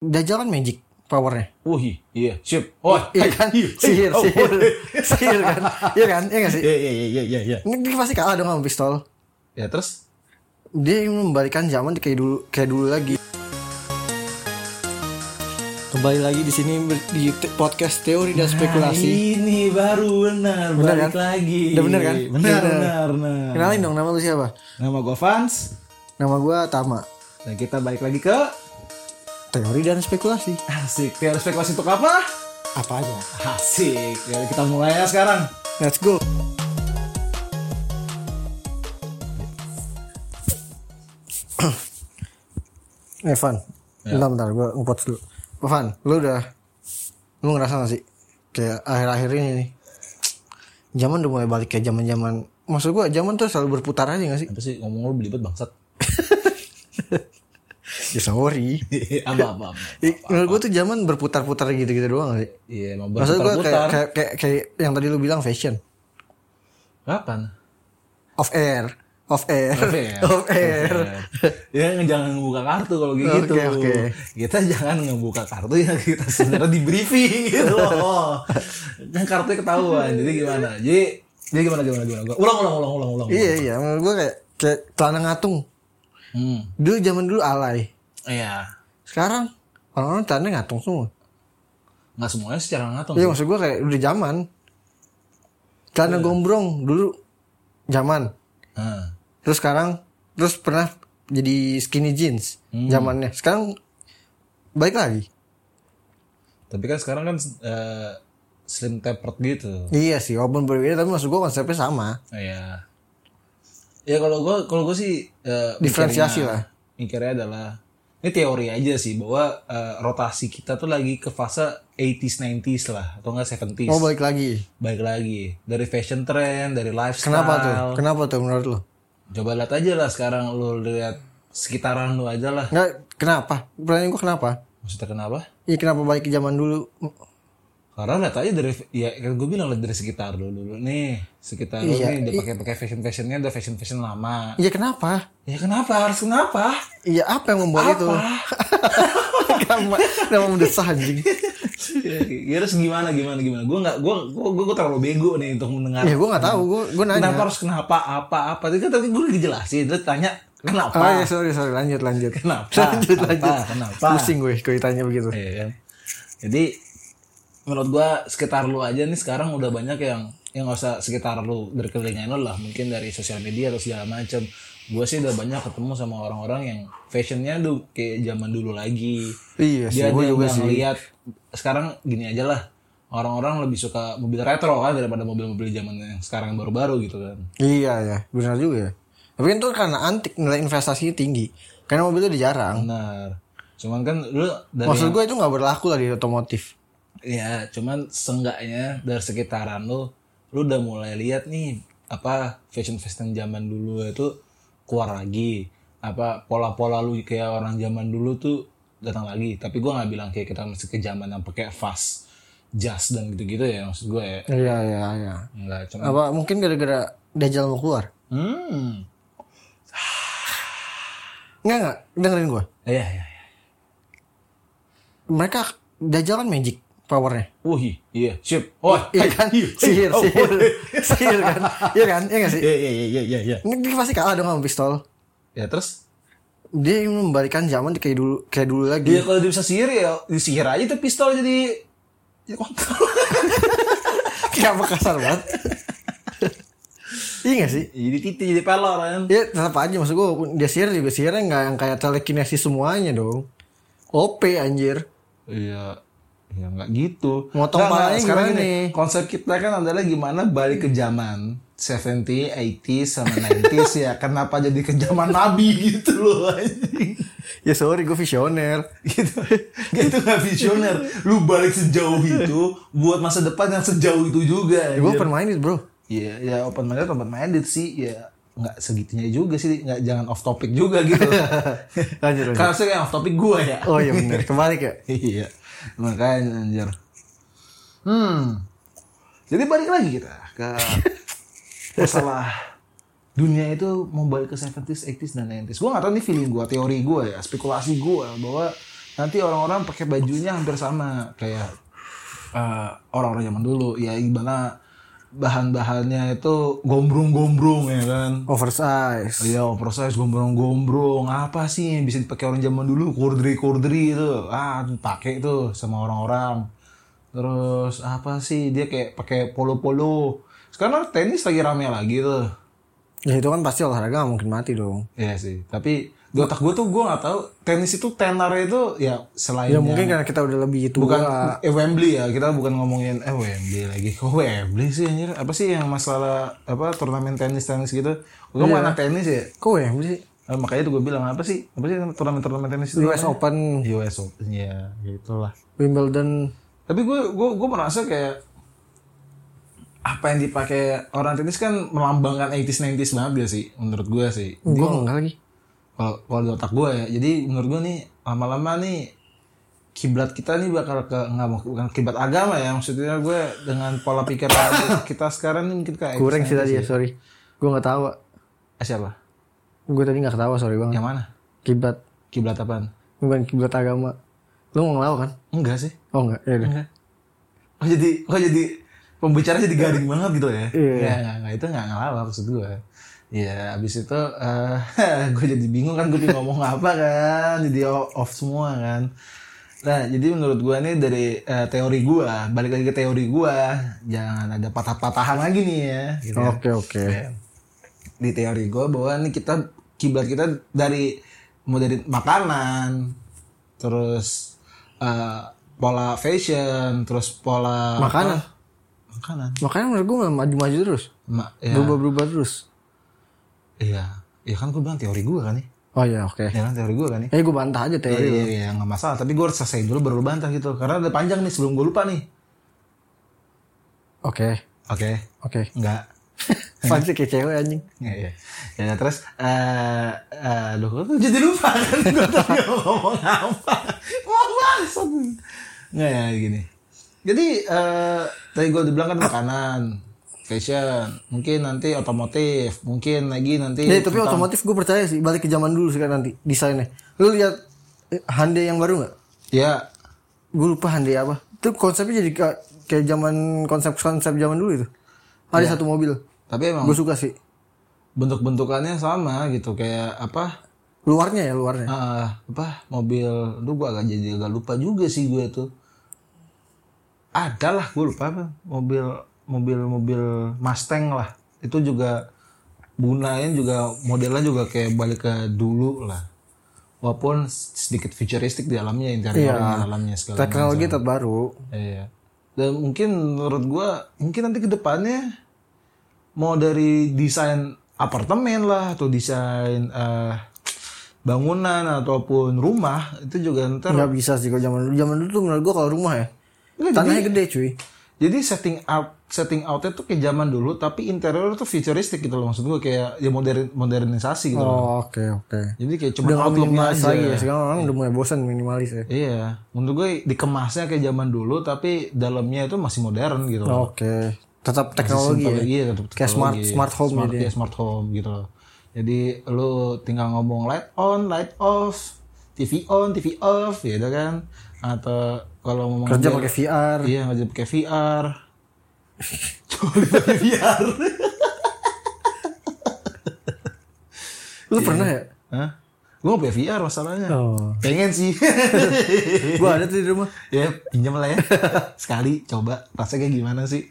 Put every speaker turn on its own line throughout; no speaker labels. Dajjal kan magic powernya.
Wih, iya, sip. Oh,
Iya kan? Sihir, sihir.
eh.
Sihir kan? Iya kan? Iya gak sih?
Iya, iya, iya, iya, iya.
Ini dia pasti kalah dong sama pistol.
Ya terus
Dia ingin membalikan zaman kayak dulu kayak dulu lagi. Kembali lagi di sini ber- di te- podcast teori dan spekulasi.
Nah, ini baru benar,
Bener
balik
kan?
lagi.
Udah bener kan?
Benar,
Udah.
benar, benar.
iya. Kenalin dong nama lu siapa?
Nama gue Vans.
Nama gua Tama.
Dan kita balik lagi ke
Teori dan spekulasi.
asik. Teori spekulasi untuk apa?
Apa aja?
Asik. Ya, kita mulai ya sekarang.
Let's go. Evan, Eh,
Ya.
bentar bentar gue ngepot dulu. Evan, lu udah lu ngerasa gak sih kayak akhir-akhir ini nih zaman udah mulai balik kayak zaman-zaman maksud gua zaman tuh selalu berputar aja gak sih?
Apa sih ngomong lu belibet bangsat?
Ya sorry.
Iya, apa apa? apa.
Ih, Menurut gua tuh zaman berputar-putar gitu-gitu doang gak sih?
Iya, emang
Maksud gua kayak,
berputar-putar.
kayak kayak kayak yang tadi lu bilang fashion
Kapan?
off air off air
Off air.
off air
Ya jangan ngebuka kartu kalau kayak gitu.
Oke, oke.
Kita jangan ngebuka kartu yang kita sebenarnya di briefing gitu loh. Kan kartunya ketahuan. Jadi gimana? Jadi jadi gimana gimana gimana? gimana? Ulang ulang ulang ulang ulang.
Iya iya, menurut gue kayak kayak celana ngatung.
Hmm.
Dulu zaman dulu alay.
Iya.
Sekarang orang-orang celana ngatung semua.
Nggak semuanya secara ngatung.
Iya maksud gue kayak udah zaman. Celana gombrong dulu zaman.
Nah.
Terus sekarang terus pernah jadi skinny jeans zamannya. Sekarang balik lagi.
Tapi kan sekarang kan eh, slim tapered gitu.
Iya sih, walaupun berbeda tapi maksud gue konsepnya sama.
Iya. Ya kalau gue kalau gue sih eh,
Diferensiasi
mikirnya- Mikirnya adalah ini teori aja sih bahwa eh, rotasi kita tuh lagi ke fase 80s 90s lah atau enggak 70s.
Mau Oh, balik lagi.
Baik lagi dari fashion trend, dari lifestyle.
Kenapa tuh? Kenapa tuh menurut lo?
Coba lihat aja lah sekarang lu lihat sekitaran lu aja lah.
Nggak, kenapa? Pertanyaan gue kenapa?
Maksudnya kenapa?
Iya kenapa balik ke zaman dulu?
Karena lihat aja dari ya kan gue bilang lihat dari sekitar lu dulu nih sekitar lu nih udah pakai pakai fashion fashionnya udah fashion fashion lama.
Iya kenapa?
Ya kenapa harus kenapa?
Iya apa yang membuat itu? Kenapa kenapa mendesah anjing?
Ya, harus gimana gimana gimana gue nggak gue gue gue gue terlalu bego nih untuk mendengar
Ya gue nggak tahu, gue gue nanya.
kenapa harus kenapa apa apa tadi kan tadi gue udah dijelasin terus tanya kenapa
Oh ya sorry sorry lanjut lanjut.
Kenapa?
Lanjut
Kenapa?
lanjut.
Kenapa?
Pusing gue kalau ditanya begitu.
Iya kan? jadi menurut gue sekitar lu aja nih sekarang udah banyak yang yang nggak usah sekitar lu dari kelilingan lu lah mungkin dari sosial media atau segala macam gue sih udah banyak ketemu sama orang-orang yang fashionnya tuh kayak zaman dulu lagi
Iya sih,
dia
gue
dia
juga
udah
sih.
ngeliat sekarang gini aja lah orang-orang lebih suka mobil retro kan daripada mobil-mobil zaman yang sekarang yang baru-baru gitu kan
Iya ya, benar juga. Tapi kan itu karena antik nilai investasinya tinggi. Karena mobil itu udah jarang.
benar cuman kan lu dari
Maksud gue itu nggak berlaku lah di otomotif.
ya cuman senggaknya dari sekitaran lu lu udah mulai lihat nih apa fashion fashion zaman dulu itu keluar lagi apa pola-pola lu kayak orang zaman dulu tuh datang lagi tapi gua nggak bilang kayak kita masih ke zaman yang pakai fast jas dan gitu-gitu ya maksud gue ya
Iya iya iya.
nggak cuma
Apa mungkin gara-gara Dajjal mau keluar?
hmm
Enggak enggak, dengerin gue.
Iya, iya, iya.
Mereka Dajjal kan magic powernya.
Wih, iya, sip. Oh,
Iya kan? Sihir, sihir. Sihir kan? Iya kan? Iya gak sih?
Iya, iya, iya, iya, iya.
Ini dia pasti kalah dong sama pistol.
Ya terus?
Dia ingin membalikan zaman kayak dulu kayak dulu lagi.
Dia Iya, kalau dia bisa sihir ya disihir aja tuh pistol jadi jadi kontol.
Kenapa kasar banget? iya gak sih?
jadi titik, jadi pelor kan.
Ya tetap aja maksud gue walaupun dia sihir juga sihirnya nggak yang kayak telekinesis semuanya dong. OP anjir.
Iya. Ya nggak gitu.
Motong
Nggak, nggak,
palanya
sekarang
gimana
gini,
nih?
Konsep kita kan adalah gimana balik ke zaman 70, 80 sama 90s ya. Kenapa jadi ke zaman Nabi gitu loh anjing.
Ya sorry gue visioner.
gitu gitu nggak visioner lu balik sejauh itu buat masa depan yang sejauh itu juga
Gue
anjir.
Ya, open minded bro.
Iya, ya open minded, open minded sih, ya nggak segitunya juga sih, nggak jangan off topic juga gitu.
Lanjut lanjut.
Karena saya yang off topic gue ya.
Oh iya benar kembali ke.
iya, makanya anjir. Hmm, jadi balik lagi kita ke masalah dunia itu mau balik ke 70s, 80s dan 90s. Gue nggak tahu nih feeling gue, teori gue ya, spekulasi gue bahwa nanti orang-orang pakai bajunya hampir sama kayak eh, orang-orang zaman dulu ya gimana bahan-bahannya itu gombrong-gombrong ya kan
Oversize.
Iya, oversize gombrong-gombrong. Apa sih yang bisa dipakai orang zaman dulu? Kurdri-kurdri itu. Ah, pakai tuh sama orang-orang. Terus apa sih dia kayak pakai polo-polo. Sekarang tenis lagi rame lagi tuh.
Ya itu kan pasti olahraga gak mungkin mati dong.
Iya sih, tapi di otak gue tuh gue gak tahu tenis itu tenarnya itu ya selain
Ya mungkin karena kita udah lebih tua.
bukan eh, Wembley ya kita bukan ngomongin eh Wembley lagi kok Wembley sih anjir apa sih yang masalah apa turnamen tenis tenis gitu gue mana tenis ya
Kok ya? Apa sih?
Eh, makanya itu gue bilang apa sih apa sih turnamen-turnamen tenis itu
US Open,
US Open ya gitulah
Wimbledon.
tapi gue gue gue merasa kayak apa yang dipakai orang tenis kan melambangkan 80s 90s banget gak sih menurut gue sih
Gue enggak lagi.
kalau kalau di otak gue ya jadi menurut gue nih lama-lama nih kiblat kita nih bakal ke nggak mau bukan kiblat agama ya maksudnya gue dengan pola pikir kita sekarang nih mungkin kayak
Kurang sih tadi ya, sorry. Gue gak tawa.
Eh, siapa
Gue tadi gak ketawa, sorry banget.
yang mana
Kiblat.
kiblat apaan
Bukan kiblat agama. Lu mau ngelawan kan?
enggak sih
Oh enggak, ya udah.
Oh jadi, oh jadi pembicara jadi garing banget gitu ya?
Iya.
Ya, nggak, nggak, itu nggak ngelawak maksud gue. Ya abis itu eh gue jadi bingung kan gue pengen ngomong apa kan, jadi o- off semua kan. Nah jadi menurut gue nih dari eh, teori gue, balik lagi ke teori gue, jangan ada patah-patahan lagi nih ya. Gitu ya
Oke, oke.
di teori gue bahwa ini kita kiblat kita dari mau dari makanan terus eh, pola fashion terus pola
Makanan?
apa? makanan
Makanya menurut gue maju-maju terus.
Ma- ya,
Berubah-berubah terus.
iya ya kan gue bilang teori gue kan ya
Oh iya, oke.
ya kan teori gue kan ya
Eh gue bantah aja
Iya,
teori.
iya, iya, nggak masalah. Tapi gue harus selesai dulu baru lu bantah gitu. Karena ada panjang nih sebelum gue lupa nih.
Oke,
Oke,
oke.
nggak.
Pasti kayak cewek anjing.
Iya, iya. Ya, terus, eh, eh, aduh, gua tuh jadi lupa kan. Gue tadi mau ngomong apa. Wah, bangsat. Nggak, ya, gini. Jadi, eh, tadi gue dibilang kan makanan, fashion, mungkin nanti otomotif, mungkin lagi nanti.
Ya, tapi otomotif gue percaya sih balik ke zaman dulu sekarang nanti desainnya. Lu lihat eh, Hyundai yang baru nggak?
Ya,
Gue lupa Hyundai apa. Itu konsepnya jadi kayak, kayak zaman konsep-konsep zaman dulu itu. Ada satu mobil.
tapi emang
Gue suka sih.
bentuk-bentukannya sama gitu. Kayak apa,
Luarnya ya luarnya.
eh, apa mobil, lu gue agak jadi agak lupa juga sih gue tuh. adalah gue lupa apa mobil mobil mobil Mustang lah itu juga gunain juga modelnya juga kayak balik ke dulu lah walaupun sedikit futuristik di dalamnya interiornya di dalamnya
Iya,
segala
Teknologi terbaru.
Iya. Dan mungkin menurut gua mungkin nanti kedepannya mau dari desain apartemen lah atau desain eh, bangunan ataupun rumah itu juga ntar
Nggak bisa sih kalau zaman dulu. Zaman dulu tuh menurut gue kalau rumah ya.
Nggak,
tanahnya gede cuy.
Jadi setting up setting outnya tuh kayak zaman dulu tapi interior tuh futuristik gitu loh maksud gue kayak ya modern modernisasi gitu. loh.
Oh, oke oke.
Jadi kayak cuma
Udah nggak
outlooknya
minimalis
aja.
lagi ya. Sekarang orang udah mulai bosan minimalis ya.
Iya, menurut gue dikemasnya kayak zaman dulu tapi dalamnya itu masih modern gitu. loh.
Oke. Tetap Iya. teknologi ya.
Teknologi, tetap
Kayak smart
teknologi.
smart home
smart,
gitu.
ya, smart home gitu loh. Jadi lu tinggal ngomong light on, light off, TV on, TV off gitu kan. Atau kalau ngomong
Kerja pakai VR.
Iya ngajak pakai VR. Coba pakai VR.
Lu pernah ya?
Hah? Gue gak punya VR masalahnya.
Oh.
Pengen sih.
Gua ada tuh di rumah.
ya pinjam lah ya. Sekali coba rasanya kayak gimana sih.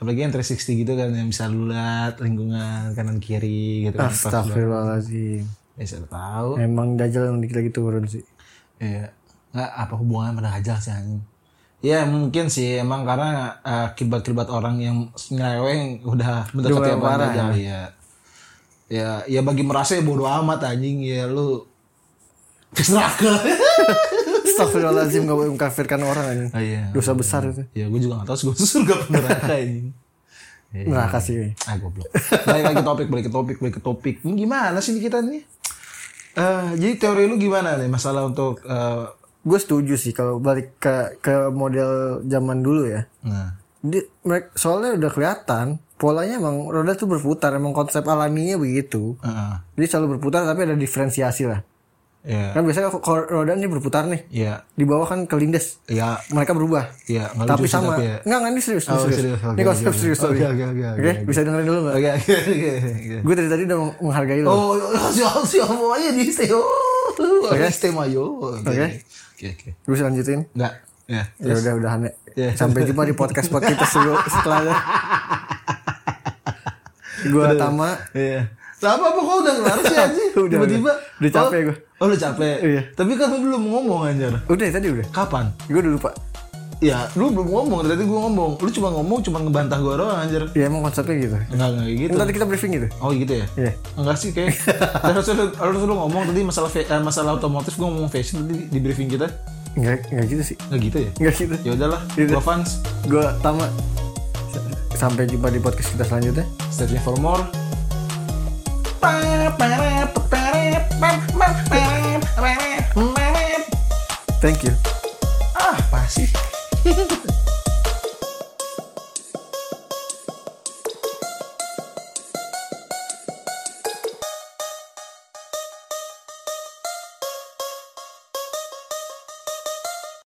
Apalagi yang 360 gitu kan yang bisa lu lihat lingkungan kanan kiri
Iya,
gitu kan.
Astagfirullahaladzim.
Ya saya tahu.
Emang dajal yang dikit lagi turun sih.
Iya. Nggak apa hubungannya pada hajal sih anjing. Ya mungkin sih emang karena eh, kibat-kibat orang yang nyeleweng udah mendekati
Udah
yang
parah
hajal ya. Ya, ya bagi merasa ya bodo amat anjing ya lu ke neraka.
Astagfirullahaladzim gak boleh mengkafirkan orang ini.
Ah, iya.
Dosa besar itu.
ya gue juga gak tahu sih gue surga apa neraka ini. Iya.
Neraka sih.
Ah goblok. Balik lagi ke topik, balik ke topik, balik ke topik. Ini gimana sih nih kita nih? Eh, jadi teori lu gimana nih masalah untuk eh,
Gue setuju sih kalau balik ke ke model zaman dulu ya.
nah
Di, mereka, soalnya udah kelihatan polanya emang roda tuh berputar emang konsep alaminya begitu.
eh, eh.
Jadi selalu berputar tapi ada diferensiasi lah.
Iya.
Kan biasanya kalau roda ini berputar nih.
Iya.
Di bawah kan kelindes.
Iya.
Mereka berubah.
Iya, nggak
Tapi
lucu sih,
sama.
tapi ya.
Enggak, enggak ini serius, ini
Oh,
serius.
serius, oke,
ini konsep
oke,
serius
oke,
tapi.
oke, oke, oke, oke.
bisa dengerin dulu enggak?
Oke, oke, oke, oke.
Gue dari tadi udah menghargai lu.
Oh, siapa siapa aja di stay. Oh,
Oke.
oke, stay mayo.
Oke.
Oke, oke.
Gue bisa lanjutin.
Enggak. Ya.
Ya udah udahan ya.
Iya.
Sampai jumpa di podcast podcast dulu setelahnya. Gue Tama.
Iya. Apa apa kok udah kelar sih anjir?
Udah,
Tiba-tiba
udah. Udah capek
Oh,
gua.
Oh, lu capek.
Iya.
Tapi kan lu belum ngomong anjir.
Udah ya, tadi udah.
Kapan?
Gue udah lupa.
Ya, lu belum ngomong. Dari Tadi gua ngomong. Lu cuma ngomong cuma ngebantah gua doang anjir.
Ya emang konsepnya gitu.
Enggak enggak kayak gitu.
Kan tadi kita briefing gitu.
Oh gitu ya?
Iya.
Enggak sih kayak harus lu, harus lu ngomong tadi masalah fa- eh, masalah otomotif gua ngomong fashion tadi di briefing kita.
Enggak enggak gitu sih.
Enggak gitu ya?
Enggak gitu.
Ya udahlah,
Gitu.
gua fans.
Gue Tama. S- Sampai jumpa di podcast kita selanjutnya.
Stay tuned for more. Ah, apa sih?